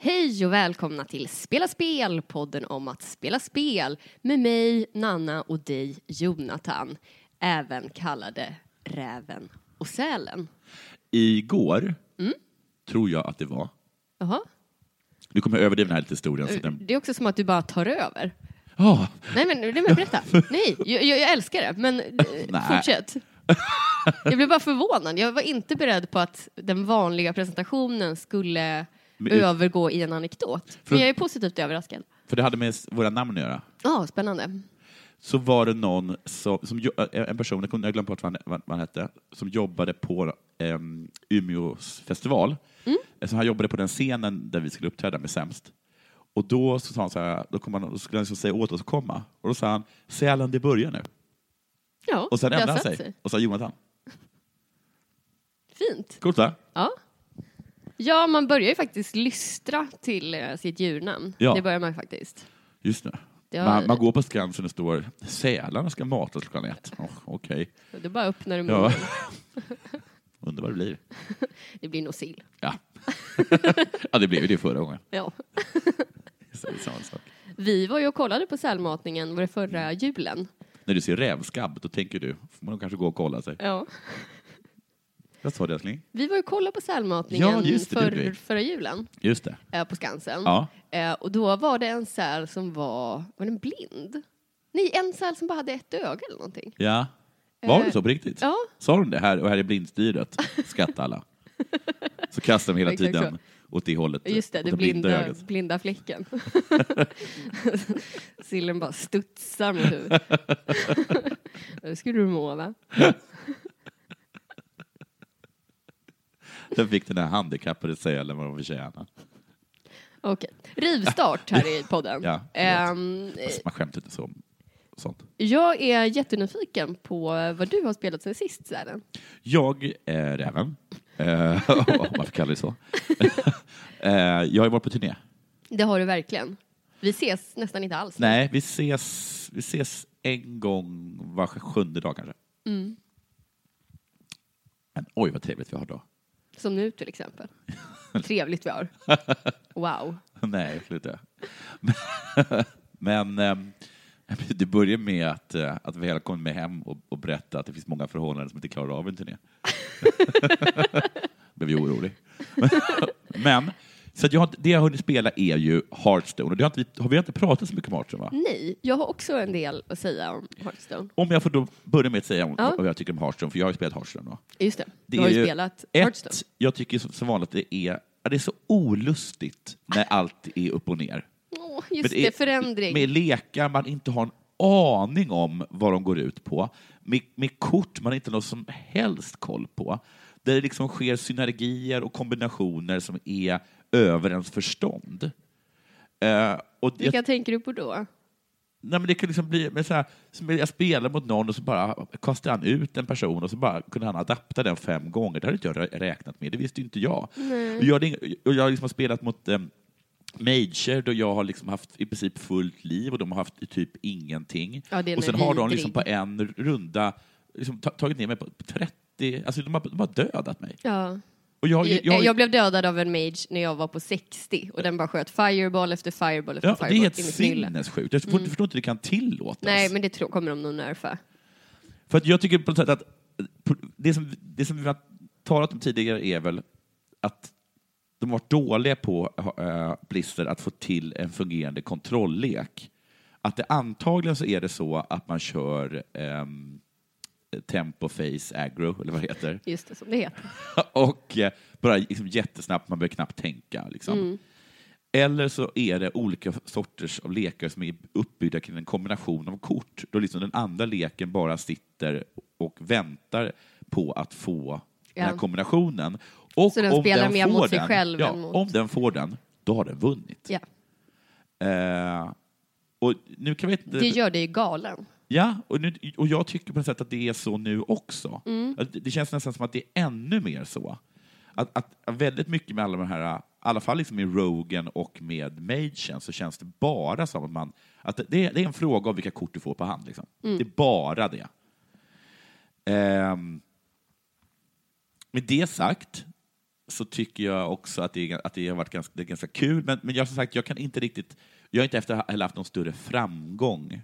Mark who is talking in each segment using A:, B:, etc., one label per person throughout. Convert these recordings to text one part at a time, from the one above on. A: Hej och välkomna till Spela spel, podden om att spela spel med mig, Nanna och dig, Jonathan, även kallade Räven och Sälen.
B: Igår,
A: Mm.
B: tror jag att det var,
A: Jaha.
B: nu kommer jag överdriva den här lite historien, så den...
A: Det är också som att du bara tar över.
B: Ah,
A: Nej, men, nej, men berätta. Nej, jag, jag jag älskar det, men eh,
B: Nej.
A: fortsätt. Jag blev bara förvånad. Jag var inte beredd på att den vanliga presentationen skulle
B: Men-
A: övergå i en anekdot. Men jag är positivt överraskad.
B: för det hade med s- våra namn att göra.
A: Ja, spännande.
B: Så var det någon som, som jo- eh, en person, jag kunde- jag glömde bort vad han, vad han hette, som jobbade på um, Umeås festival.
A: Mm.
B: Eh, Så han jobbade på den scenen där vi skulle uppträda med Sämst. Och då så sa han så här, då, kom han, då skulle han så säga åt oss att komma. Och då sa han, Sälen det börjar nu.
A: Ja,
B: Och sen
A: det har
B: ändrade han
A: satt
B: sig, och sa Jonathan.
A: Fint.
B: Coolt va?
A: Ja. ja, man börjar ju faktiskt lystra till eh, sitt djurnamn.
B: Ja.
A: Det börjar man ju faktiskt.
B: Just det.
A: Det har-
B: Man, man går på Skansen och står sälarna ska matas klockan ett. Oh, Okej.
A: Då bara öppnar du munnen.
B: Ja. Undrar vad det blir.
A: Det blir nog sill.
B: Ja. ja, det blev ju det förra gången.
A: Ja.
B: Så det är samma sak.
A: Vi var ju och kollade på sälmatningen var det förra
B: Mm.
A: julen.
B: När du ser rävskabb, då tänker du, får man kanske gå och kolla sig.
A: Ja.
B: Vad sa du älskling?
A: Vi var ju och kollade på sälmatningen
B: Ja, just det, det gjorde
A: förr-
B: vi.
A: förra julen
B: Just det.
A: eh, på Skansen.
B: Ja.
A: Eh, och då var det en säl som var, var den blind? Nej, en säl som bara hade ett öga eller någonting.
B: Ja. Var
A: Eh,
B: det så på riktigt?
A: ja.
B: Sa de det här, och här är blindstyret, skrattar alla. Så kastar de hela
A: Exakt
B: tiden åt det hållet.
A: Just det,
B: åt
A: det blinda,
B: ögat.
A: blinda fläcken. Sillen bara studsar mot huvudet. Nu skulle du må va?
B: Sen fick den här handikappade sälen vad de förtjänar.
A: Eh. Okej, rivstart här i podden.
B: Ja, förlåt.
A: Ehm, eh,
B: Alltså, Man skämtar inte så om sånt.
A: jag är jättenyfiken på vad du har spelat sen sist Sälen.
B: Jag är Räven. Eh, Varför kallar du det så? Eh, Jag har varit på turné.
A: Det har du verkligen. Vi ses nästan inte alls.
B: Nej, vi ses, vi ses en gång var sjunde dag kanske. Men oj vad trevligt vi har då.
A: Som nu till exempel. Trevligt vi har. Wow.
B: Nej, sluta. Men ehm, det börjar med att, eh, att vi hela kom med hem och, och berättade att det finns många förhållanden som inte klarar av en turné. blev ju orolig. Men, så att jag, har- det jag har hunnit spela är ju Hearthstone. Och det har, inte, vi- har vi inte pratat så mycket om Hearthstone, va?
A: Nej, jag har också en del att säga om Hearthstone.
B: Om jag får då börja med att säga om,
A: Ja.
B: vad jag tycker om Hearthstone, för jag har ju spelat Hearthstone. Då.
A: Just det,
B: Det
A: du har
B: är
A: ju
B: ju
A: spelat Hearthstone.
B: Ett, jag tycker som, som vanligt att det är, ja, det är så olustigt när allt är upp och ner.
A: Åh, just
B: För
A: det,
B: är-
A: förändring.
B: Med lekar man inte har en aning om vad de går ut på. Med, med kort man inte har någon som helst koll på. Där det liksom sker synergier och kombinationer som är över ens förstånd. Eh, och jag,
A: Vilka tänker du på då?
B: nej, men det kan liksom bli, men så här, som jag spelar mot någon och så bara kastar han ut en person och så bara kunde han adapta den fem gånger. Det hade inte jag rä- räknat med, det visste ju inte jag. Och jag, hade ing- och jag liksom har spelat mot eh, Major och jag har liksom haft i princip fullt liv och de har haft typ ingenting.
A: Ja, det är
B: och sen
A: en
B: har de
A: vidrig-
B: liksom på en runda liksom ta- tagit ner mig på 30, alltså de har, de har dödat mig.
A: Ja.
B: Och jag,
A: Jag, jag, blev dödad av en mage när jag var på 60 och den bara sköt fireball efter fireball efter
B: ja, det
A: fireball
B: är helt
A: i mitt nylle.
B: sinnessjukt. Jag mm. förstår inte hur det kan tillåtas.
A: Nej, men det tror, kommer de nog nerfa.
B: För att jag tycker på något sätt att på- det som, det som vi har talat om tidigare är väl att de var dåliga på äh, Blizzard att få till en fungerande kontrolllek. Att det antagligen så är det så att man kör ehm, tempo, face, aggro, eller vad det heter.
A: Just det, som det heter.
B: och eh, bara liksom jättesnabbt, man behöver knappt tänka. Liksom.
A: Mm.
B: Eller så är det olika sorters av lekar som är uppbyggda kring en kombination av kort, då liksom den andra leken bara sitter och väntar på att få den här
A: Ja.
B: kombinationen. Och
A: Så den
B: om
A: spelar
B: den
A: mer
B: får
A: mot sig
B: den,
A: själv
B: ja,
A: än mot-
B: Om den får den, då har den vunnit.
A: Ja.
B: Eh, och nu kan vi inte...
A: Det gör dig ju galen.
B: Ja, och, nu, och jag tycker på något sätt att det är så nu också. Att Det, det känns nästan som att det är ännu mer så. Att, att att väldigt mycket med alla de här, i alla fall liksom med Rogan och med Magen, så känns det bara som att man... Att det, det är det är en fråga om vilka kort du får på hand. Liksom. Det är bara det. Ehm, med det sagt så tycker jag också att det, är- att det har varit ganska, det är ganska kul, men, men jag, som sagt, jag kan inte riktigt... Jag har inte efter, heller haft någon större framgång.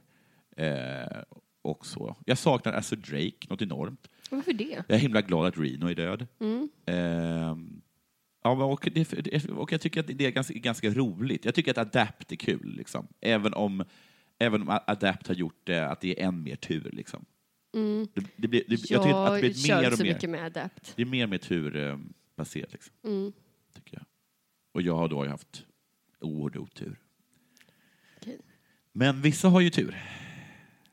B: Eh, och så. Jag saknar Azur Drake något enormt.
A: Varför det?
B: Jag är himla glad att Reno är död.
A: Mm.
B: Ehm, ja, men och, det, det- och jag tycker att det är ganska, ganska roligt. Jag tycker att Adapt är kul, liksom. även, om, även om Adapt har gjort det, att det är en mer tur. Liksom. Det, det blir, det, jag tycker att det blir
A: kör inte
B: mer och
A: Mm. så
B: mer.
A: mycket med Adapt.
B: Det är mer och mer turbaserat. Liksom,
A: Mm.
B: tycker jag. Och jag har då haft oerhörd otur.
A: Okej.
B: Men vissa har ju tur.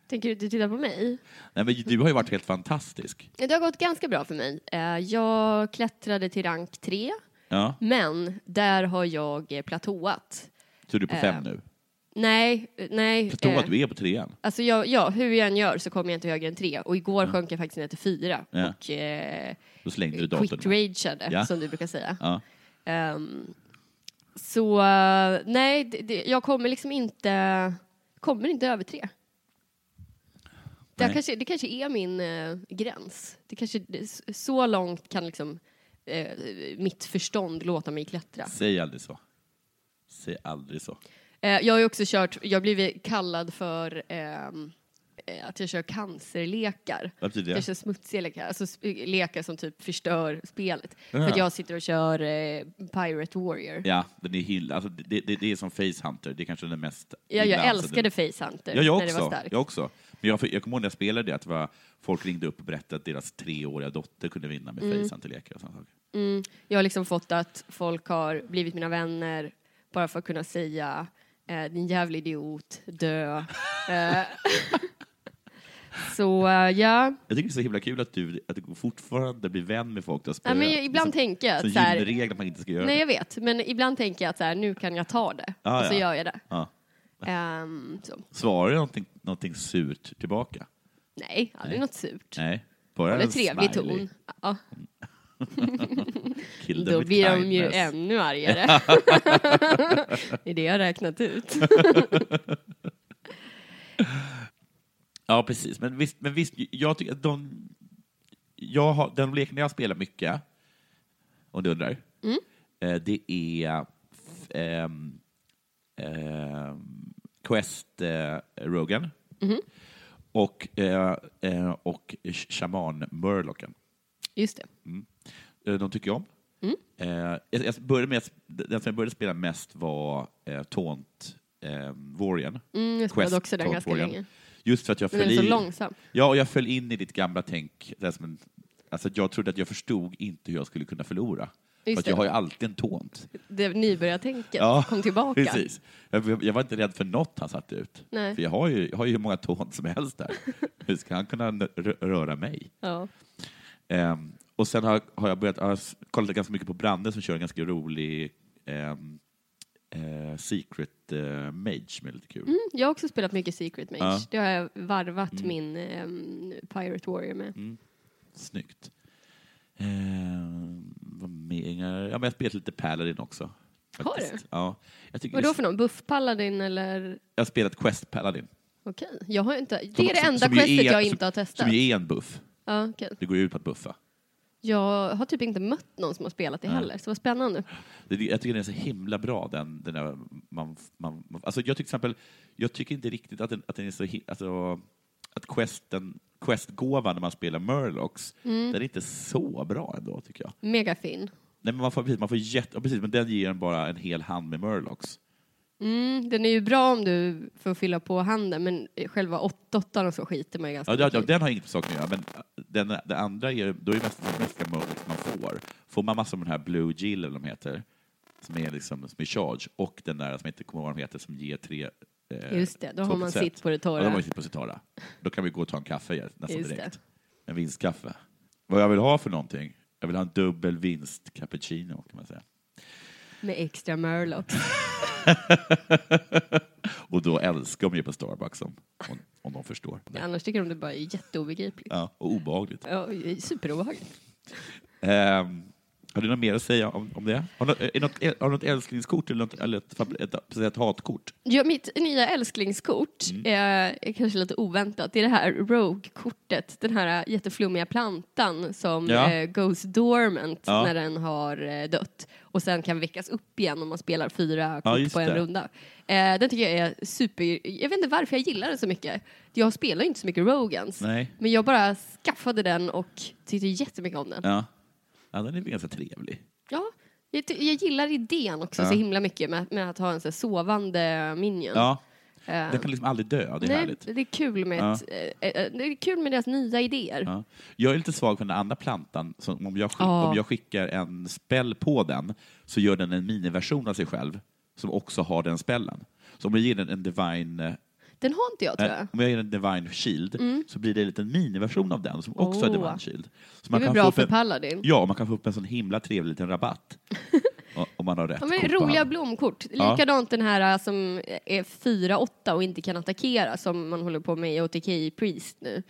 A: Tänker du inte titta på mig?
B: Nej, men du har ju varit helt fantastisk.
A: Det har gått ganska bra för mig. Eh, Jag klättrade till rank 3,
B: Ja.
A: men där har jag eh, platåat.
B: Så du är på fem nu?
A: Nej, eh, nej.
B: Jag tror
A: eh,
B: att du är på trean.
A: Alltså jag, ja, hur jag än gör så kommer jag inte högre än tre. Och igår sjönk jag faktiskt ner till fyra.
B: Mm. Ja.
A: Och eh,
B: Då slängde du datorn.
A: quit-rageade,
B: Ja.
A: som du brukar säga.
B: Ja.
A: Ehm, så eh, nej, det, det, jag kommer liksom inte, kommer inte över tre. Det,
B: Nej.
A: kanske, det kanske är min eh, gräns. Det kanske, det, s- så långt kan liksom eh, mitt förstånd låta mig klättra.
B: Säg aldrig så. Säg aldrig så.
A: Eh, jag har ju också kört, jag har blivit kallad för ehm, eh, att jag kör cancerlekar.
B: Vad betyder
A: Jag
B: det?
A: kör smutsiga lekar, alltså sp- lekar som typ förstör spelet.
B: Ja.
A: För att jag sitter och kör eh, Pirate Warrior.
B: Ja, den är hill. Alltså, det, det, det är som Facehunter. Det är kanske den mest...
A: Jag, jag
B: ibland så den-
A: älskade Facehunter
B: Ja, jag
A: när det var
B: också.
A: starkt.
B: Jag också. Men jag, jag kommer ihåg när jag spelade det, att det var, folk ringde upp och berättade att deras treåriga dotter kunde vinna
A: Mm.
B: med Facehunter-lekar och sådana saker.
A: Jag har liksom fått att folk har blivit mina vänner bara för att kunna säga eh, din jävla idiot, dö. Eh, Så eh, ja,
B: Jag tycker det är så himla kul att du, att du fortfarande blir vän med folk du har liksom,
A: ja
B: spöat.
A: men jag, ibland
B: Som-
A: tänker jag
B: som
A: att så här,
B: gymregel att man inte ska göra
A: Nej,
B: det.
A: jag vet. Men ibland tänker jag att så här, nu kan jag ta det.
B: Ah,
A: och så
B: ja.
A: gör jag det.
B: Ja.
A: Ehm, så.
B: Svarar du någonting, någonting surt tillbaka?
A: Nej, aldrig något surt.
B: Nej. Bara
A: Håller
B: en
A: trevlig
B: smiley.
A: ton. Ja,
B: Kill them
A: då
B: with
A: blir de ju
B: kindness.
A: ännu argare. det är det jag har räknat ut.
B: Ja, precis. Men visst, men visst jag tycker att de... Jag har, den leken jag spelar mycket, om du undrar, eh, det är f- ehm, ehm, Quest eh, Rogan och, eh, eh, och Shaman Murlocken.
A: Just det.
B: Eh, De tycker jag om.
A: Mm.
B: Eh, jag, jag började med, att- den som jag började spela mest var eh, Taunt eh, Warrior.
A: Mm, jag spelade också den ganska länge.
B: Just för att jag
A: Men den
B: föll
A: är så
B: i,
A: långsam.
B: Ja, och jag föll in i ditt gamla tänk. Det är som en, alltså att jag trodde att jag förstod inte hur jag skulle kunna förlora.
A: Just
B: för att
A: det.
B: jag har ju alltid en taunt.
A: Det nybörjartänket kom tillbaka.
B: Precis. Jag, jag var inte rädd för något han satte ut.
A: Nej.
B: För jag har ju, jag har ju hur många taunt som helst där. hur ska han kunna n- rö- röra mig?
A: Ja. Mm,
B: Ehm, och sen har, har jag börjat jag har s- kollat ganska mycket på Brande som kör en ganska rolig ehm, eh, Secret eh, Mage som är lite kul.
A: Mm, Jag har också spelat mycket Secret Mage.
B: Ja. Mm.
A: Det har jag varvat min ehm, Pirate Warrior med.
B: Snyggt. Ehm, vad mer? Ja, men jag har spelat lite Paladin också.
A: Har du?
B: faktiskt. Ja. Jag, tycker
A: Vadå
B: det,
A: för någon? Buff Paladin eller?
B: jag har spelat Quest Paladin.
A: Okej, jag har inte. Det är det enda
B: ju
A: questet
B: är- e-
A: jag inte har testat.
B: Som ju är en buff.
A: Ja, okej.
B: Det går ju ut på att buffa.
A: Jag har typ inte mött någon som har spelat det heller, så vad spännande.
B: Det, det- jag tycker den är så himla bra, den, den där man, man, man, alltså jag tycker till exempel, jag tycker inte riktigt att den, att den är så, hi- alltså, att questen, questgåvan när man spelar Murlocs, den är inte så bra ändå tycker jag.
A: Megafin.
B: Nej, men man får, precis, man får jätte, ja, precis, men den ger en bara en hel hand med Murlocs.
A: Mm, den är ju bra om du får fylla på handen, men själva 8-8 och så skiter man ju ganska
B: Ja, det- ja,
A: mycket i.
B: den har inget med saken att göra, men äh, den, det andra är, då är det mest, mest Murlocs man får. Får man massor av den här Blue Jill, eller vad de heter, som är, liksom, som är charge, och den där som jag inte kommer ihåg vad de heter, som ger tre eh,
A: Just det, då har man
B: 2%.
A: sitt på det torra.
B: Ja, då har man sitt på det torra. Då kan vi gå och ta en kaffe igen, nästan
A: Just
B: direkt. En vinstkaffe. Vad jag vill ha för någonting? Jag vill ha en dubbel vinst cappuccino, kan man säga.
A: Med extra Murlocs.
B: Och då älskar de ju på Starbucks, om, om, om de förstår.
A: Annars tycker de det bara är jätteobegripligt.
B: Ja, och obehagligt.
A: Ja, det är superobehagligt.
B: Ehm, har du något mer att säga om, om det? Har du, är något, är, har du något älsklingskort eller, något, eller ett, fab- ett, precis, ett hatkort?
A: Ja, mitt nya älsklingskort
B: Mm.
A: eh, är kanske lite oväntat. Det är det här Rogue-kortet, den här äh, jätteflummiga plantan som
B: Ja.
A: eh, goes dormant
B: Ja.
A: när den har eh, dött och sen kan väckas upp igen om man spelar fyra
B: Ja,
A: kort
B: just
A: på en
B: det.
A: runda. Eh, den tycker jag är super... Jag vet inte varför jag gillar den så mycket. Jag spelar ju inte så mycket Rogans,
B: Nej.
A: men jag bara skaffade den och tyckte jättemycket om den.
B: Ja. ja, den är väl ganska trevlig.
A: Ja, jag, ty- jag gillar idén också så himla mycket med, med att ha en så här sovande minion. Äh.
B: Ja. Den kan liksom aldrig dö, det är
A: Nej,
B: härligt.
A: det är kul med
B: Ja.
A: ett, eh, eh, det är kul med deras nya idéer.
B: Ja. Jag är lite svag för den andra plantan. Så om, jag skick,
A: Ja.
B: om jag skickar en spell på den så gör den en miniversion av sig själv som också har den spellen. Så om jag ger den en divine,
A: Den har inte jag tror
B: eh,
A: jag. Mm.
B: om jag ger den divine shield så blir det en liten miniversion av den som också har
A: Oh.
B: divine shield. Så
A: Det är väl
B: kan
A: bra
B: få upp
A: för
B: en-
A: Paladin.
B: Ja, man kan få upp en sån himla trevlig liten rabatt. o- om man har rätt
A: Ja, men
B: kort på
A: roliga
B: hand.
A: blomkort.
B: Ja.
A: Likadant den här eh, som är 4-8 och inte kan attackera som man håller på med i OTK Priest nu.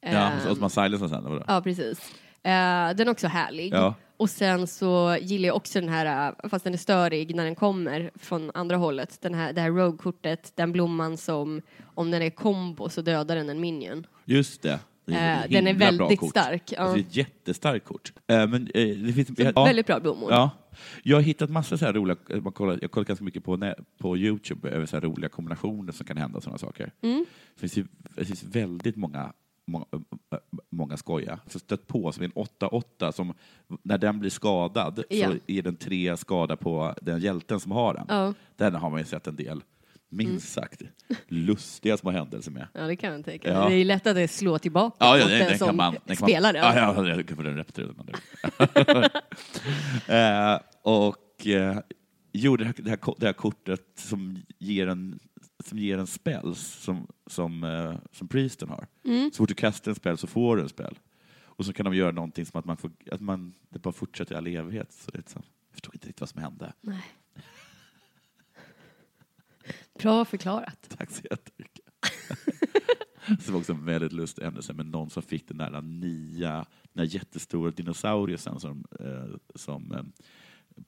B: Ja, och
A: Ehm,
B: så- och så man silencer sen. Vadå?
A: Ja, precis. Eh, den är också härlig.
B: Ja.
A: Och sen så gillar jag också den här, eh, fast den är störig när den kommer från andra hållet, den här, det här rogue-kortet, den blomman som om den är kombo så dödar den en minion.
B: Just det. Det
A: Eh,
B: ett
A: den är
B: himla bra
A: väldigt
B: kort.
A: stark, ja.
B: Alltså, det är ett jättestarkt kort. Eh, men, eh, det finns, jag- ja.
A: Väldigt bra blommor.
B: Ja. Jag har hittat massa så här roliga, eh, man kollar, jag kollar ganska mycket på, nä- på Youtube över så här roliga kombinationer som kan hända sådana saker.
A: Mm.
B: Det, finns ju, det finns väldigt många Många, äh, många skoja. Så stött på som är en 8-8 som när den blir skadad
A: Ja.
B: så är den tre skada på den hjälten som har den.
A: Ja. Mm.
B: Den har man ju sett en del, minst sagt, lustiga små händelser med.
A: Ja, det kan jag tänka.
B: Ja.
A: Det är lätt att det slår tillbaka
B: Ja, ja
A: mot
B: den,
A: den,
B: den
A: som
B: kan man. Den kan
A: spelar det.
B: Man, ja, ja, jag kan få den repeterad. man gör. eh, och eh, jo, det här, det, här, ko- det här kortet som ger en som ger en spells som, som, eh, som priesten har. Så fort du kastar en spell så får du en spell. Och så kan de göra någonting som att man, får, att man det bara fortsätter i all evighet. Så det är liksom, jag förstod inte riktigt vad som hände.
A: Bra förklarat.
B: Tack så jättemycket. Det var också en väldigt lustig händelse med någon som fick den där nya, den där jättestora dinosauriusen som, eh, som, eh,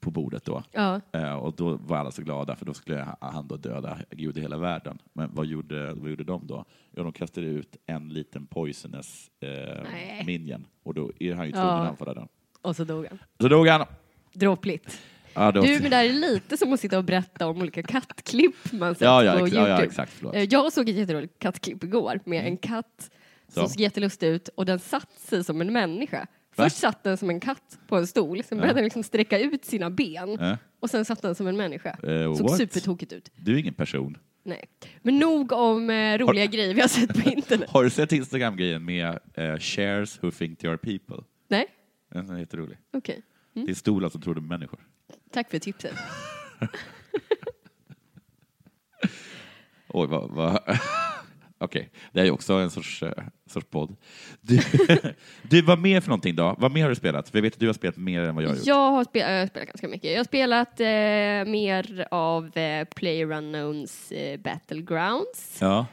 B: på bordet då.
A: Ja.
B: Eh, och då var alla så glada för då skulle ha- han då döda Gud i hela världen. Men vad gjorde, vad gjorde de då? Ja, de kastade ut en liten poisonous eh,
A: Nej.
B: minion och då är han ju tvungen
A: Ja.
B: att anfalla den.
A: Och så dog han.
B: Så dog han!
A: Dråpligt.
B: Ja, det var-
A: Du, men det här är lite som att sitta och berätta om olika kattklipp man sett
B: Ja, ja,
A: på
B: ex- ja,
A: Youtube.
B: ja, exakt, förlåt. Mm.
A: Eh, Jag såg ett jätteroligt kattklipp igår med en katt som
B: Så.
A: såg jättelustig ut och den satt sig som en människa.
B: Va?
A: Först satt den som en katt på en stol, sen började den liksom sträcka ut sina ben
B: Ja.
A: och sen satt den som en människa.
B: Eh,
A: såg
B: what?
A: supertokigt ut.
B: du är ingen person.
A: Nej. Men nog om eh, roliga grejer vi har sett på internet.
B: Har du sett Instagram-grejen med eh, shares who think they are people?
A: Nej,
B: Den är jätterolig.
A: okej.
B: Det är stolar som tror de är människor.
A: Tack för tipset.
B: Oj, vad... vad Okej, det här är också en sorts, eh, sorts podd. Du, du, vad mer för någonting då? Vad mer har du spelat? För jag vet att du har spelat mer än vad jag har gjort.
A: Jag har spe- jag har spelat ganska mycket. Jag har spelat eh, mer av eh, PlayerUnknowns eh, Battlegrounds,
B: Ja.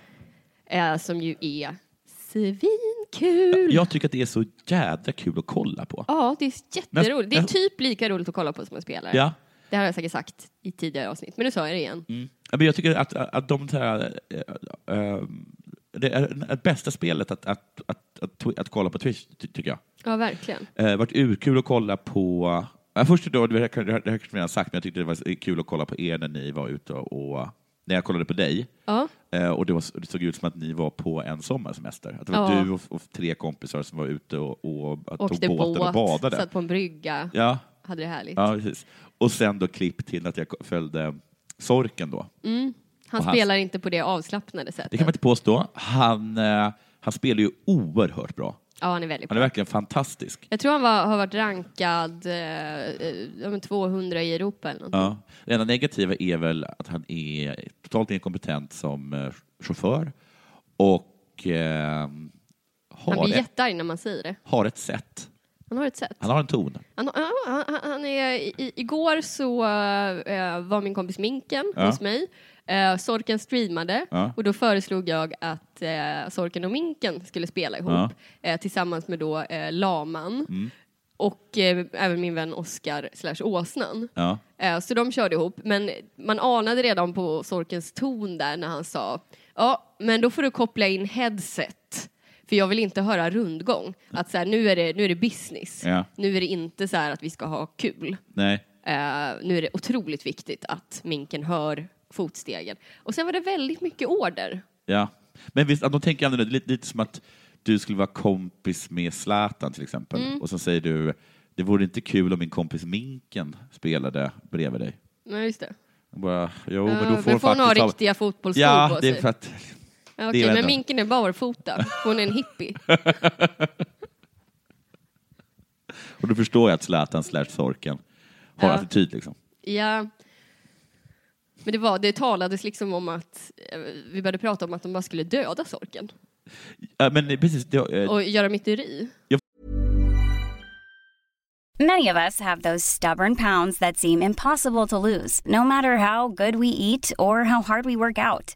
A: eh, som ju är svinkul. Ja.
B: Jag tycker att det är så jädra kul att kolla på.
A: det är jätteroligt. Det är typ lika roligt att kolla på som att spela.
B: Ja. Mm.
A: Det har jag säkert sagt i tidigare avsnitt, men nu sa jag det igen.
B: Ja, men jag tycker att, att, att de så här, eh, eh, det är det bästa spelet att, att, att, att, twi- att kolla på Twitch, ty, tycker jag.
A: Ja, verkligen.
B: Eh, varit urkul att kolla på... Ja, först då, det här kan- det här det här kanske jag redan sagt, men jag tyckte det var kul att kolla på er när ni var ute och... När jag kollade på dig.
A: Ja.
B: Eh, och det, var, det såg ut som att ni var på en sommarsemester. Att det var
A: Ja.
B: du och, och tre kompisar som var ute och, och att
A: Åkte
B: tog båten och badade.
A: satt på en brygga,
B: Ja,
A: hade det härligt.
B: ja, precis. Och sen då klipp till att jag följde Sorken då.
A: Han
B: och han-
A: spelar inte på det avslappnade sättet.
B: Det kan man inte påstå. Han, eh, han spelar ju oerhört bra.
A: Ja, han är väldigt
B: Han
A: bra.
B: är verkligen fantastisk.
A: Jag tror han var, har varit rankad eh, eh, ja, men 200 i Europa eller något.
B: Ja. Det enda negativa är väl att han är totalt inkompetent som eh, chaufför och eh,
A: Han
B: har,
A: blir
B: ett,
A: jättearg när man säger det.
B: har ett sätt.
A: Han har ett sätt.
B: Han har en ton.
A: Han, han, han, han är, i, igår så eh, var min kompis Minken
B: Ja.
A: hos mig. Eh, Sorken streamade
B: Ja.
A: och då föreslog jag att eh, Sorken och Minken skulle spela ihop eh, tillsammans med då eh, Laman
B: Mm.
A: och eh, även min vän Oskar slash Åsnan.
B: Ja.
A: Eh, Så de körde ihop, men man anade redan på Sorkens ton där när han sa ja, men då får du koppla in headset. För jag vill inte höra rundgång. Att så här, nu, är det, nu är det business.
B: Ja.
A: Nu är det inte så här att vi ska ha kul.
B: Nej.
A: Eh, nu är det otroligt viktigt att minken hör fotstegen. Och sen var det väldigt mycket order.
B: Ja. Men visst, de tänker annorlunda. Lite, lite som att du skulle vara kompis med Zlatan till exempel.
A: Mm.
B: Och så säger du, det vore inte kul om min kompis Minken spelade bredvid dig.
A: Nej, just det.
B: Och Bara, jo,
A: Ja,
B: men då får
A: men får hon
B: faktiskt
A: ha
B: ta-
A: riktiga fotbollsskor
B: Ja,
A: på
B: det
A: sig?
B: är för att...
A: Ja,
B: det
A: Okej,
B: är
A: men
B: ändå-
A: minken är barfota. Hon är en hippie.
B: Och då förstår jag att Zlatan slash Sorken har
A: Ja.
B: attityd liksom.
A: Ja. Men det, var, det talades liksom om att eh, vi började prata om att de bara skulle döda sorken
B: Ja, men eh, precis, det, eh,
A: och göra myteri.
C: Many of us have those stubborn pounds that seem impossible to lose, no matter how good we eat or how hard we work out.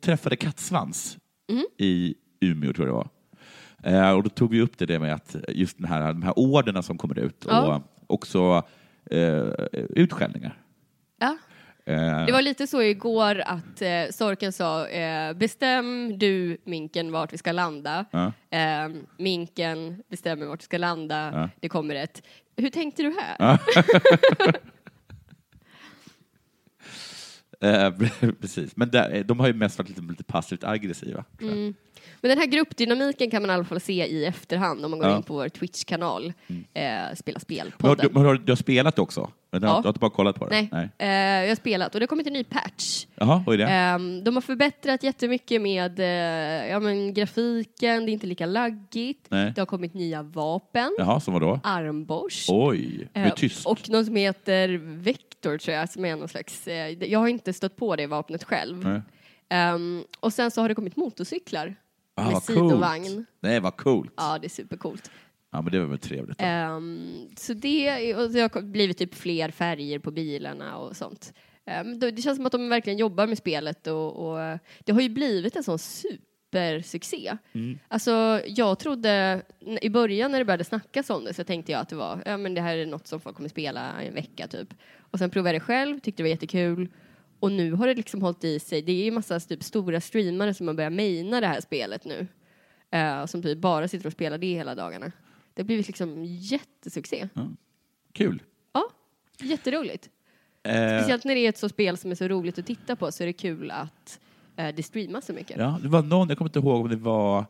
B: träffade Kattsvans
A: Mhm.
B: i Umeå, tror jag det var. Eh, och då tog vi upp det där med att just den här, de här orderna som kommer ut
A: Ja.
B: och också eh, utskällningar.
A: Ja.
B: Eh,
A: Det var lite så igår att eh, sorken sa eh, bestäm du minken vart vi ska landa.
B: Ja.
A: Eh, minken bestämmer vart vi ska landa.
B: Ja.
A: Det kommer ett hur tänkte du här?
B: eh, precis. Men där, eh, de har ju mest varit lite, lite passivt aggressiva. tror jag.
A: Mm, Men den här gruppdynamiken kan man i alla fall se i efterhand om man går
B: Ja. Mm.
A: in på vår Twitch-kanal, eh, Spela
B: Men har, du,
A: spel-podden.
B: men har, du- du har spelat också? Men Du har,
A: Ja.
B: du har inte bara kollat på det?
A: Nej, Eh, jag har spelat och det har kommit en ny patch.
B: Jaha, vad är det?
A: Ehm, de har förbättrat jättemycket med eh, ja, men grafiken, det är inte lika laggigt.
B: Nej.
A: Det har kommit nya vapen,
B: Jaha, som vadå?
A: armborst.
B: Oj,
A: eh,
B: med tysk?
A: och något som heter Vector tror jag, som är någon slags... eh, jag har inte stött på det vapnet själv.
B: Nej.
A: Ehm, och sen så har det kommit motorcyklar
B: Ah,
A: med
B: vad
A: sidovagn.
B: coolt. Nej, vad coolt. Ja.
A: Ja, det är supercoolt.
B: men det var väl trevligt. då.
A: Ehm, så det, är- och det har kom- blivit typ fler färger på bilarna och sånt. Ehm, då- det känns som att de verkligen jobbar med spelet och, och det har ju blivit en sån supersuccé. Alltså jag trodde, n- i början när det började snackas om det så tänkte jag att det var, ja men det här är något som folk kommer spela i en vecka typ. Och sen provade jag det själv, tyckte det var jättekul. Och nu har det liksom hållit i sig, det är ju massa typ stora streamare som har börjat maina det här spelet nu. Eh, som typ bara sitter och spelar det hela dagarna. Det har blivit liksom jättesuccé.
B: Kul.
A: Ja, jätteroligt.
B: Eh,
A: Speciellt när det är ett så spel som är så roligt att titta på så är det kul att eh, det streamas så mycket.
B: Ja, det var någon, jag kommer inte ihåg om det var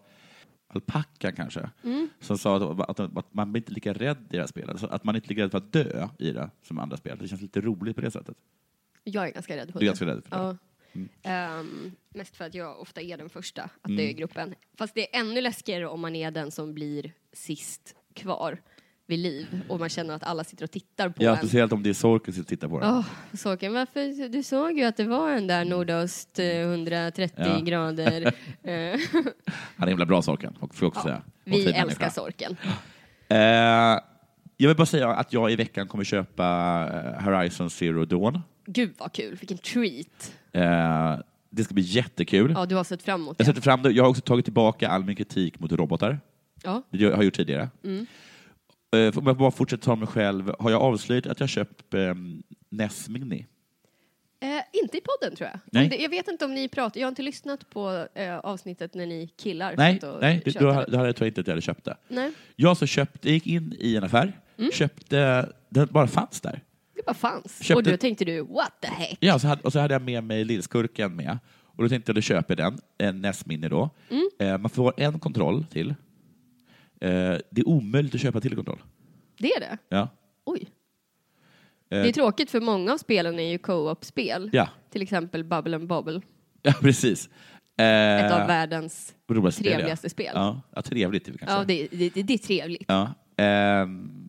B: alpackan kanske,
A: Mm.
B: som sa att, att, att man blir inte lika rädd i det här spelet, alltså att man är inte lika rädd för att dö i det som andra spel. Det känns lite roligt på det sättet.
A: Jag är ganska rädd för
B: Du är ganska rädd för det. Mm.
A: Ja. Ehm, mest för att jag ofta är den första att dö
B: Mm.
A: i gruppen. Fast det är ännu läskigare om man är den som blir sist kvar vid liv och man känner att alla sitter och tittar på
B: Ja,
A: en.
B: speciellt om det är Sorkus som tittar på det.
A: Åh, Sorken, varför? Du såg ju att det var en där nordöst eh, 130
B: Ja.
A: grader. Eh,
B: Han är himla bra Sorken, och får jag också säga.
A: ja,
B: Och fin
A: vi
B: människa.
A: älskar Sorken.
B: Eh, jag vill bara säga att jag i veckan kommer köpa eh, Horizon Zero Dawn.
A: Gud vad kul, vilken treat.
B: Eh, det ska bli jättekul.
A: Ja, du har sett fram emot
B: Jag
A: det.
B: sätter fram det. Jag har också tagit tillbaka all min kritik mot robotar.
A: Ja.
B: Det har jag gjort tidigare.
A: Mm.
B: Eh, Om jag bara fortsätter ta mig själv, har jag avslöjat att jag köpt eh, NES Mini?
A: Eh, inte i podden tror jag.
B: Nej.
A: Om Det, jag vet inte om ni pratar, jag har inte lyssnat på eh, avsnittet när ni killar
B: Nej,
A: satt och
B: nej det, då,
A: tjötade.
B: hade- då hade jag tror jag inte att jag hade köpt det.
A: nej. Mm.
B: Jag så köpte, jag gick in i en affär, köpte, den bara fanns där.
A: Det bara fanns.
B: Köpte-
A: Och då tänkte du, what the heck?
B: Ja, så hade, och så hade jag med mig Lillskurken med. Och då tänkte jag, då köper jag den, en NES Mini då.
A: Mm.
B: Eh, man får en kontroll till. Eh, det är omöjligt att köpa till kontroll.
A: Det är det?
B: Ja.
A: Oj.
B: Eh,
A: Det är tråkigt för många av spelen är ju co-op-spel.
B: Ja.
A: Till exempel Bubble and Bobble.
B: ja, precis. Eh,
A: Ett av världens...
B: roligaste spel, ja.
A: trevligaste spel.
B: Ja, ja trevligt är vi kanske.
A: Ja, det, det, det, det är trevligt.
B: Ja. Ehm,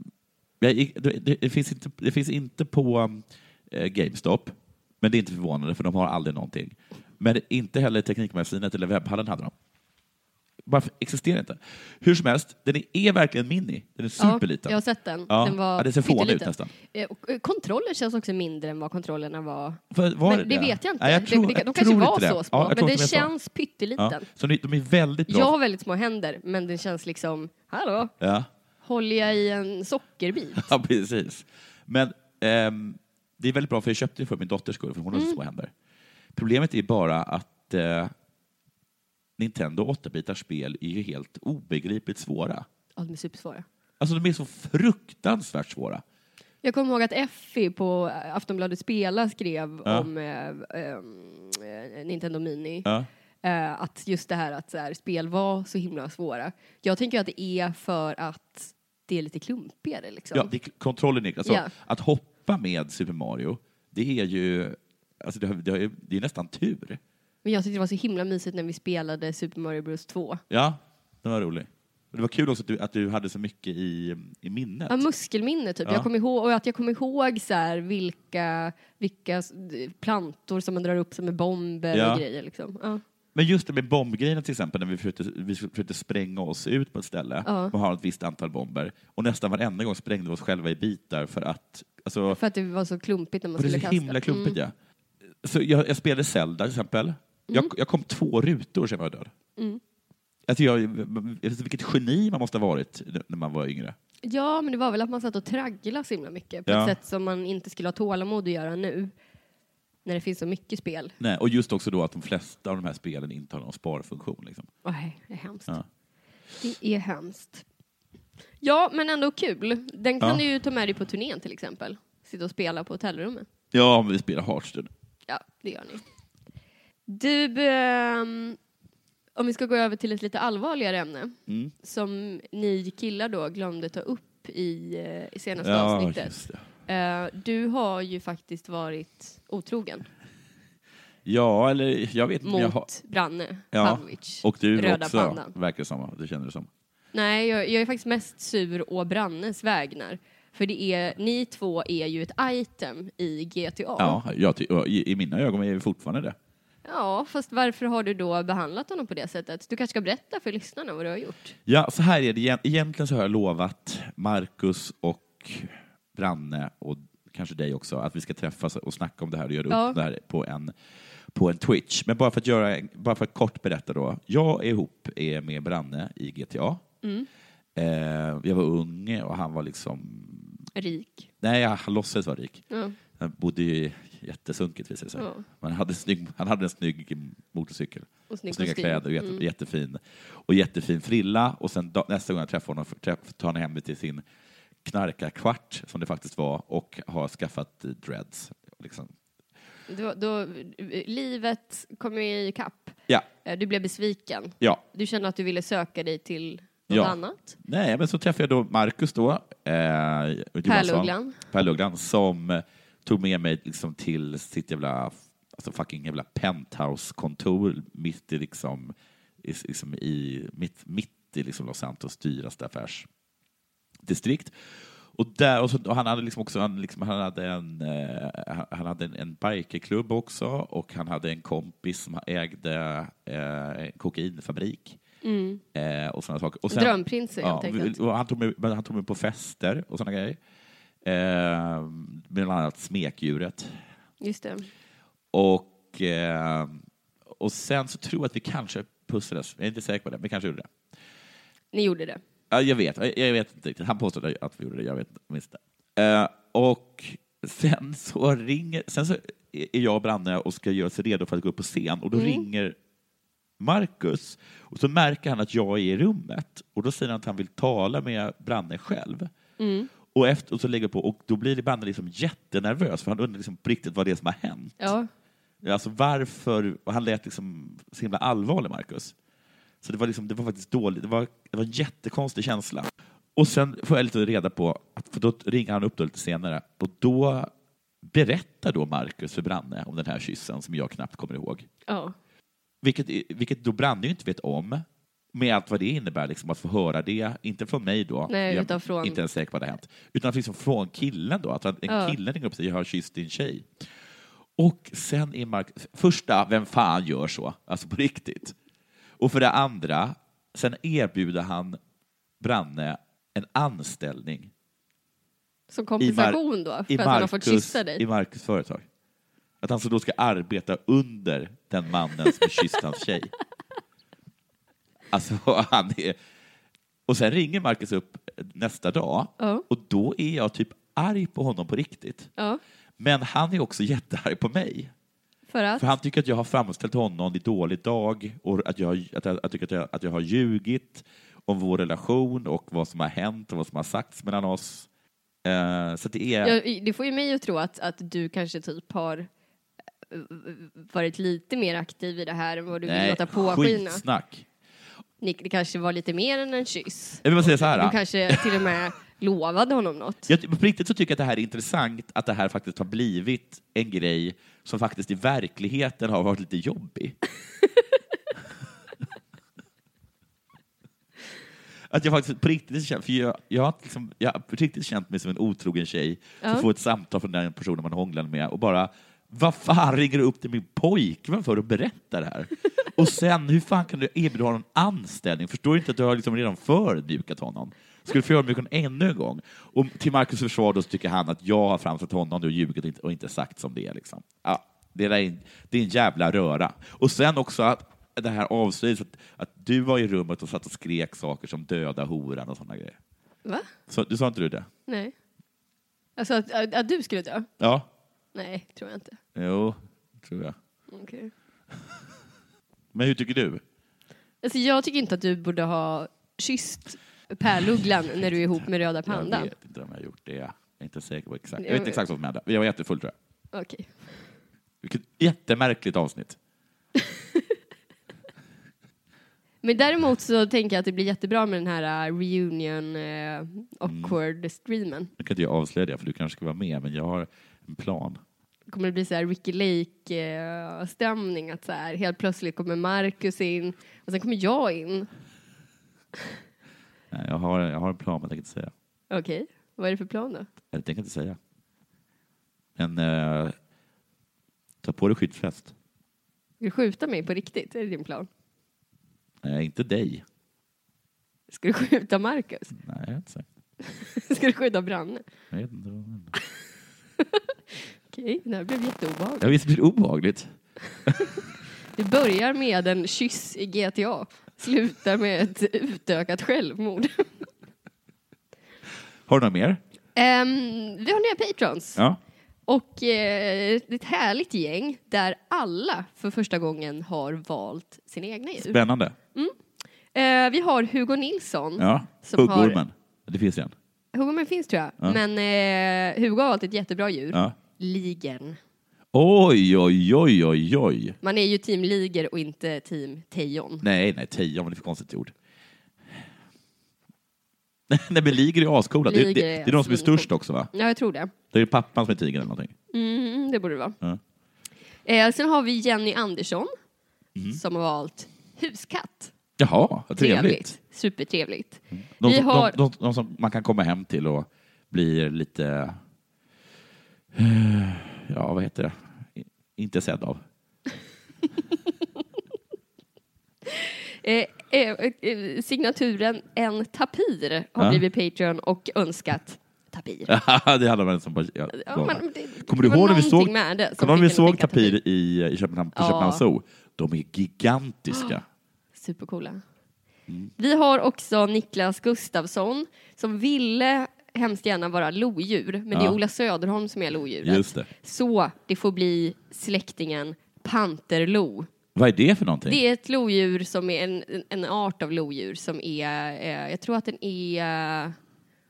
B: jag gick- det, det, det, finns inte, det finns inte på um, eh, GameStop, men det är inte förvånande för de har aldrig någonting. Men inte heller Teknikmagasinet eller webbhallen hade de. Varför existerar inte? Hur som helst, den är, är verkligen mini. Den är superliten.
A: Ja, jag har sett den.
B: Ja,
A: Den var
B: ja, det ser fånig
A: pytteliten.
B: ut nästan.
A: Eh, och, eh, Kontrollen känns också mindre än vad kontrollerna var.
B: För- var
A: men
B: det
A: det,
B: det?
A: vet jag inte.
B: Nej, jag
A: det,
B: tror-
A: det, de
B: jag
A: kanske
B: tror
A: var
B: inte det.
A: så små,
B: Ja, jag tror
A: men
B: inte
A: det
B: de är så.
A: känns pytteliten.
B: Ja. Så de, de är väldigt bra.
A: Jag har väldigt små händer, men den känns liksom, hallå,
B: Ja.
A: håller jag i en sockerbit?
B: Ja, precis. Men ehm, det är väldigt bra, för jag köpte det för min dotters skull, för hon har så små händer. Problemet är bara att eh, Nintendo 8-bitars spel är ju helt obegripligt svåra.
A: Ja, de är supersvåra.
B: Alltså de är så fruktansvärt svåra.
A: Jag kommer ihåg att Effie på Aftonbladet Spela skrev
B: Ja.
A: om eh, eh, Nintendo Mini.
B: Ja.
A: Eh, att just det här att så här, spel var så himla svåra. Jag tänker att det är för att det är lite klumpigare liksom.
B: Ja, det, kontrollen är, alltså,
A: Ja.
B: Att hoppa med Super Mario, det är ju alltså, det, har- det, har ju- det är nästan tur.
A: Men jag tyckte det var så himla mysigt när vi spelade Super Mario Bros 2.
B: Ja, det var roligt. Och Det var kul också att du, att du hade så mycket i, i minnet.
A: Ja, muskelminne typ.
B: Ja.
A: Jag kom ihåg, och att jag kommer ihåg så här, vilka, vilka s- d- plantor som man drar upp som är bomber
B: Ja.
A: och grejer liksom. Ja.
B: Men just det med bombgrejerna till exempel, när vi försökte, vi försökte spränga oss ut på ett ställe
A: Ja.
B: och ha ett visst antal bomber och nästan varenda gång sprängde vi oss själva i bitar för att... Alltså,
A: För att det var så klumpigt när man
B: för det
A: skulle Mm.
B: är så
A: kasta.
B: himla klumpigt. Ja. Så jag, jag spelade Zelda till exempel. Jag,
A: Mm.
B: jag kom två rutor sen var jag död. Alltså jag, alltså vilket geni man måste ha varit när man var yngre.
A: Ja, men det var väl att man satt och tragglade så himla mycket på
B: Ja.
A: ett sätt som man inte skulle ha tålamod att göra nu. När det finns så mycket spel.
B: Nej, och just också då att de flesta av de här spelen inte har någon sparfunktion. Liksom.
A: Nej, det är hemskt.
B: Ja.
A: Det är hemskt. Ja, men ändå kul. Den kan
B: Ja.
A: du ju ta med dig på turnén till exempel. Sitta och spela på hotellrummet.
B: Ja, om vi spelar Hearthstone.
A: Ja, det gör ni. Du, ehm, om vi ska gå över till ett lite allvarligare ämne
B: Mm.
A: som ni killar då glömde ta upp i, eh, i senaste avsnittet.
B: just det.
A: Eh, du har ju faktiskt varit otrogen
B: Ja, eller jag vet inte. men
A: mot
B: Jag har,
A: Branne
B: Ja,
A: Pavlovic.
B: Och du
A: Röda
B: också,
A: pandan.
B: verkar det som. Det känner du som.
A: Nej, jag, jag är faktiskt mest sur å Brannes vägnar. För det är, ni två är ju ett item i GTA.
B: Ja, jag ty- och i, i mina ögon är det fortfarande det.
A: Ja, fast varför har du då behandlat honom på det sättet? Du kanske ska berätta för lyssnarna vad du har gjort?
B: Ja, så här är det. Egent- Egentligen så har jag lovat Marcus och Branne och kanske dig också att vi ska träffas och snacka om det här och göra
A: Ja.
B: upp det här på en, på en Twitch. Men bara för, att göra, en- bara för att kort berätta då. Jag är ihop eh, med Branne i GTA.
A: Mm.
B: Eh, jag var ung och han var liksom...
A: Rik.
B: Nej, han låtsades vara rik.
A: Ja.
B: Han bodde ju jättesunkigt visade det sig.
A: Ja.
B: Men han, hade snygg, han hade en snygg motorcykel.
A: Och snygg
B: snygga
A: kostym. Mm.
B: kläder och jätte, jättefin, och jättefin frilla. Och sen da, nästa gång jag träffar honom träff, tar han hem mig till sin knarkarkvart, som det faktiskt var, och har skaffat eh, dreads. Liksom.
A: Då, då, livet kom ju i kapp.
B: Ja,
A: Eh, Du blev besviken.
B: ja.
A: Du kände att du ville söka dig till något
B: Ja.
A: annat.
B: Nej, men så träffade jag då Marcus då, eh, Johansson.
A: Ugglan.
B: Per Luglan, som eh, tog med mig liksom till sitt jävla, alltså fucking jävla penthouse-kontor mitt i liksom, i, liksom i, mitt, mitt i liksom Los Santos dyraste affärsdistrikt. Och, där, och, så, och han hade liksom också han liksom, han hade en, eh, han- han hade en, en bikerklubb också och han hade en kompis som ägde eh, en kokainfabrik. Eh, och såna saker. Och
A: Mm. Drömprinsen, helt enkelt.
B: och han, tog mig, men han tog mig på fester och såna grejer. Eh, bland annat smekdjuret.
A: Just det.
B: Och, eh, och sen så tror jag att vi kanske pusslades. Jag är inte säker på det, men vi kanske gjorde det.
A: Ni gjorde det.
B: Ja, jag vet, jag jag vet inte riktigt. Han påstod att vi gjorde det, jag vet inte, minns inte. Eh, och sen så ringer, sen så är jag och Branne och ska göra sig redo för att gå upp på scen och då ringer Marcus och så märker han att jag är i rummet och då säger han att han vill tala med Branne själv. Och, efter, och så lägger jag på och då blir Branne liksom jättenervös för han undrar liksom på riktigt vad det är som har hänt.
A: Ja.
B: Alltså varför, och han lät liksom så himla allvarlig, Marcus. Så det var, liksom, det var faktiskt dåligt, det var, det var en jättekonstig känsla. Och sen får jag lite reda på, att, för då ringer han upp då lite senare, och då berättar då Marcus för Branne om den här kyssen som jag knappt kommer ihåg.
A: ja.
B: Vilket, vilket då Branne ju inte vet om, med allt vad det innebär, liksom, att få höra det, inte från mig då,
A: Nej,
B: jag
A: utan från-
B: inte ens säker på vad det har hänt, utan liksom från killen då, att en
A: Ja.
B: kille ringer upp och säger jag har kysst din tjej. Och sen är Mark... Första, vem fan gör så? Alltså på riktigt. Och för det andra, sen erbjuder han Branne en anställning
A: Som
B: i, Mar-
A: kompensation då, för
B: i,
A: att han har fått kyssa dig.
B: i Marcus företag. Att han så då ska arbeta under den mannen som kysst hans tjej. Alltså, han är... Och sen ringer Marcus upp nästa dag
A: Ja.
B: och då är jag typ arg på honom på riktigt.
A: Ja,
B: Men han är också jättearg på mig.
A: för att?
B: För han tycker att jag har framställt honom i dålig dag och att jag, att jag, att jag tycker att jag, att jag har ljugit om vår relation och vad som har hänt och vad som har sagts mellan oss. Eh, så att det är...
A: Ja, det får ju mig att tro att, att du kanske typ har eh, varit lite mer aktiv i det här än vad du vill låta påskina.
B: skitsnack.
A: Ni, det kanske var lite mer än en kyss.
B: Jag vill bara säga så
A: Du
B: här.
A: kanske till och med lovade honom något.
B: Jag, på riktigt så tycker jag att det här är intressant, att det här faktiskt har blivit en grej som faktiskt i verkligheten har varit lite jobbig. att jag faktiskt på riktigt känt, för jag, jag, har liksom, jag har på riktigt känt mig som en otrogen tjej som får ett samtal från den personen man hånglar med och bara vad fan ringer du upp till min pojkvän för att berätta det här? Och sen, hur fan kan du erbjuda honom anställning? Förstår du inte att du har liksom redan förödmjukat honom? Ska du förödmjuka honom ännu en gång? Och till Markus försvar då så tycker han att jag har framställt honom, du har ljugit och inte- och inte sagt som det är. Liksom. Ja, det, där är, en- det är en jävla röra. Och sen också att det här avslöjas att, att du var i rummet och satt och skrek saker som döda horan och sådana grejer.
A: Va?
B: Så, du sa inte du det?
A: Nej. Alltså att, att, att du skulle dö?
B: Ja.
A: Nej, tror jag inte.
B: Jo, tror jag.
A: Okej.
B: Men hur tycker du?
A: Alltså jag tycker inte att du borde ha kysst Per Ugglan när du är ihop med Röda
B: Jag
A: Pandan.
B: vet inte om jag har gjort det. Jag är inte säker på exakt. Jag
A: Jag
B: vet inte
A: vet.
B: exakt vad som hände. Jag var jättefull tror jag.
A: Okej.
B: Vilket jättemärkligt avsnitt.
A: Men däremot så tänker jag att det blir jättebra med den här eh, reunion eh, awkward-streamen.
B: Nu kan inte jag avslöja det, för du kanske ska vara med, men jag har en plan.
A: kommer det bli så här Ricky Lake-stämning. Att så här, helt plötsligt kommer Marcus in och sen kommer jag in.
B: Nej, Jag har, jag har en plan, men jag tänker inte säga.
A: Okej, vad är det för plan då?
B: Jag tänker inte säga. Men eh, ta på dig skyddsväst.
A: Ska du skjuta mig på riktigt? Är det din plan?
B: Nej, inte dig.
A: Ska du skjuta Marcus?
B: Nej, jag är inte säker.
A: Ska du skjuta Branne?
B: Jag vet inte. vad jag menar.
A: Okej, det här blev jätteobehagligt.
B: Ja, visst blir det obehagligt?
A: Det börjar med en kyss i GTA. Slutar med ett utökat självmord.
B: Har du något mer?
A: Ehm, vi har nya patrons.
B: Ja.
A: Och eh, det är ett härligt gäng där alla för första gången har valt sina egna djur.
B: Spännande.
A: Eh, vi har Hugo Nilsson.
B: Ja.
A: Mm, Som
B: Huggormen. Det finns en.
A: Har, Hugo men finns tror jag. Men eh, Hugo har valt ett jättebra djur.
B: Ja.
A: Ligern.
B: Oj, oj, oj, oj, oj.
A: Man är ju team Liger och inte team Tejon.
B: Nej, nej, Tejon, det är för konstigt ord. nej, men Liger är ascoola. Det, det,
A: Liger
B: det
A: är
B: är de som är
A: ascoola.
B: störst också, va?
A: Ja, jag tror det.
B: Det är pappan som är tiger eller någonting.
A: Mm, det borde det vara.
B: Ja.
A: Eh, sen har vi Jenny Andersson som har valt huskatt.
B: Jaha, vad Mm. trevligt.
A: Supertrevligt.
B: De,
A: Vi
B: som,
A: har-
B: de, de, de som man kan komma hem till och blir lite... eh, Ja, vad heter det? I- Inte sedd av.
A: Eh, eh, eh, signaturen En Tapir har
B: Ja.
A: blivit Patreon och önskat Tapir.
B: det handlar väl som... Ja,
A: Ja, men det-
B: Kommer
A: det
B: du
A: var
B: ihåg när vi såg,
A: någonting med det som
B: kommer du ihåg när vi
A: fick en att
B: såg
A: tänka
B: tapir
A: tapir?
B: i, i Köpenhamn, på
A: Ja.
B: Köpenhamns Zoo? De är gigantiska.
A: Supercoola.
B: Mm.
A: Vi har också Niklas Gustafsson som ville hemskt gärna vara lodjur, men det är
B: Ja.
A: Ola Söderholm som är lodjuret.
B: Just det.
A: Så det får bli släktingen panterlo.
B: Vad är det för någonting?
A: Det är ett lodjur som är en, en- en art av lodjur som är, eh, jag tror att den är, eh,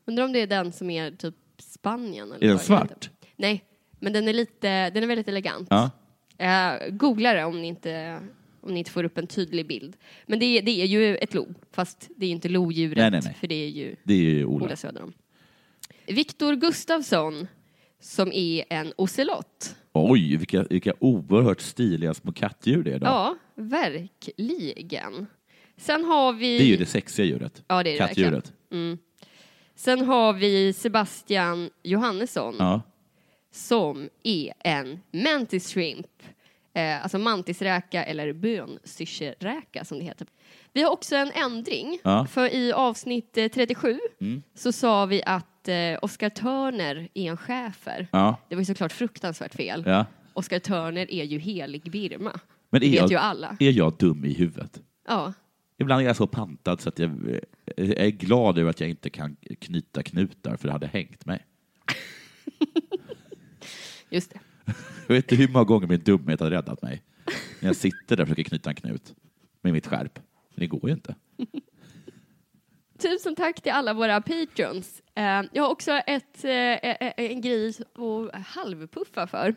A: undrar om det är den som är typ Spanien? Eller
B: Är den
A: vad jag vet
B: svart?
A: inte. Nej, men den är lite, den är väldigt elegant.
B: Ja.
A: Eh, googla det om ni, inte, om ni inte får upp en tydlig bild. Men det är, det är ju ett lo, fast det är ju inte lodjuret,
B: Nej, nej, nej.
A: för det är ju
B: Det är ju Ola.
A: Ola Söder om. Viktor Gustafsson, som är en ocelott.
B: Oj, vilka, vilka oerhört stiliga små kattdjur det är. Då.
A: Ja, verkligen. Sen har vi...
B: Det är ju det sexiga djuret.
A: Ja, det är det
B: Kattdjuret.
A: Sen har vi Sebastian Johannesson
B: Ja.
A: som är en mantis shrimp. Eh, alltså mantisräka eller bönsyrseräka som det heter. Vi har också en ändring.
B: Ja. Mm.
A: För i avsnitt eh, 37 så sa vi att eh, Oscar Törner är en schäfer.
B: Ja.
A: Det var ju såklart fruktansvärt fel.
B: Ja.
A: Oscar Törner är ju helig Birma.
B: Men
A: det
B: är
A: vet
B: jag,
A: ju alla.
B: är jag dum i huvudet?
A: Ja.
B: Ibland är jag så pantad så att jag, eh, jag är glad över att jag inte kan knyta knutar för det hade hängt mig.
A: Just det.
B: Jag vet inte hur många gånger min dumhet har räddat mig. När jag sitter där och försöker knyta en knut med mitt skärp. Men det går ju inte.
A: Tusen tack till alla våra patrons. Eh, jag har också ett, eh, eh, en grej att halvpuffa för.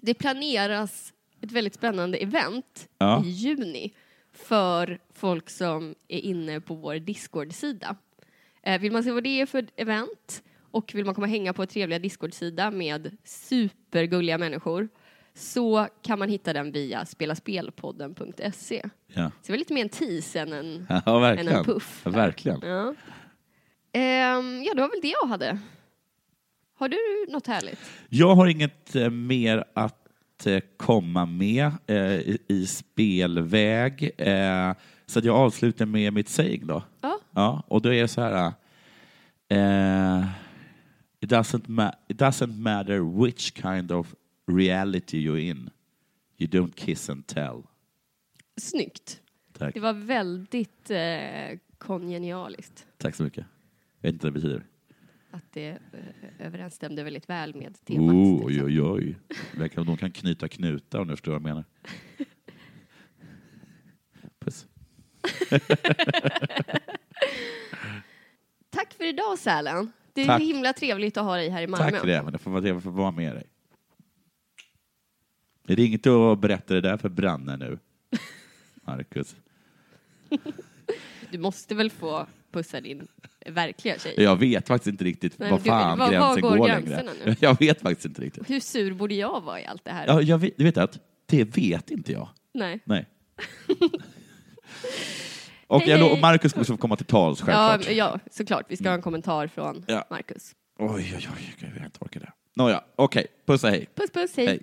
A: Det planeras ett väldigt spännande event
B: Ja.
A: i juni för folk som är inne på vår Discord-sida. Eh, vill man se vad det är för event och vill man komma och hänga på vår trevliga Discord-sida med supergulliga människor så kan man hitta den via spelaspelpodden.se.
B: Ja,
A: Så det var lite mer en tease än en,
B: ja
A: än
B: verkligen.
A: en puff.
B: Ja, verkligen.
A: Ja. Ehm, ja, det var väl det jag hade. Har du något härligt?
B: Jag har inget eh, mer att eh, komma med eh, i, i spelväg. Eh, så att jag avslutar med mitt saying då.
A: Ja.
B: och då är det så här. Eh, it, doesn't ma- it doesn't matter which kind of reality you're in. You don't kiss and tell.
A: Snyggt.
B: Tack,
A: Det var väldigt eh, kongenialiskt.
B: Tack så mycket. Jag vet inte vad det betyder.
A: Att det eh, överensstämde väldigt väl med temat. liksom.
B: Oh,
A: till
B: oj, oj, oj. Verkar som de kan knyta knutar om du förstår vad jag menar. Puss.
A: Tack för idag Sälen. Det är
B: Tack.
A: himla trevligt att ha dig här i Malmö.
B: Tack för det, men det får vara trevligt att få vara med dig. Ring inte och berätta det där för Branne nu, Marcus.
A: Du måste väl få pussa din verkliga tjej?
B: Jag vet faktiskt inte riktigt
A: Men
B: vad
A: du-
B: fan
A: var- var
B: gränsen
A: går
B: går,
A: gränserna
B: längre.
A: nu?
B: Jag vet faktiskt inte riktigt.
A: Hur sur borde jag vara i allt det här?
B: Ja, jag vet, du vet att det vet inte jag.
A: Nej.
B: Nej. och jag
A: Hej,
B: lo-
A: hej.
B: Marcus kommer få komma till tals
A: Ja,
B: självklart. Mm.
A: ja, såklart. Vi ska ha en kommentar från
B: Ja.
A: Marcus.
B: Oj, oj, oj, jag kan inte orka det. Nåja, okej. Puss och hej.
A: Puss puss, hej.
B: hej.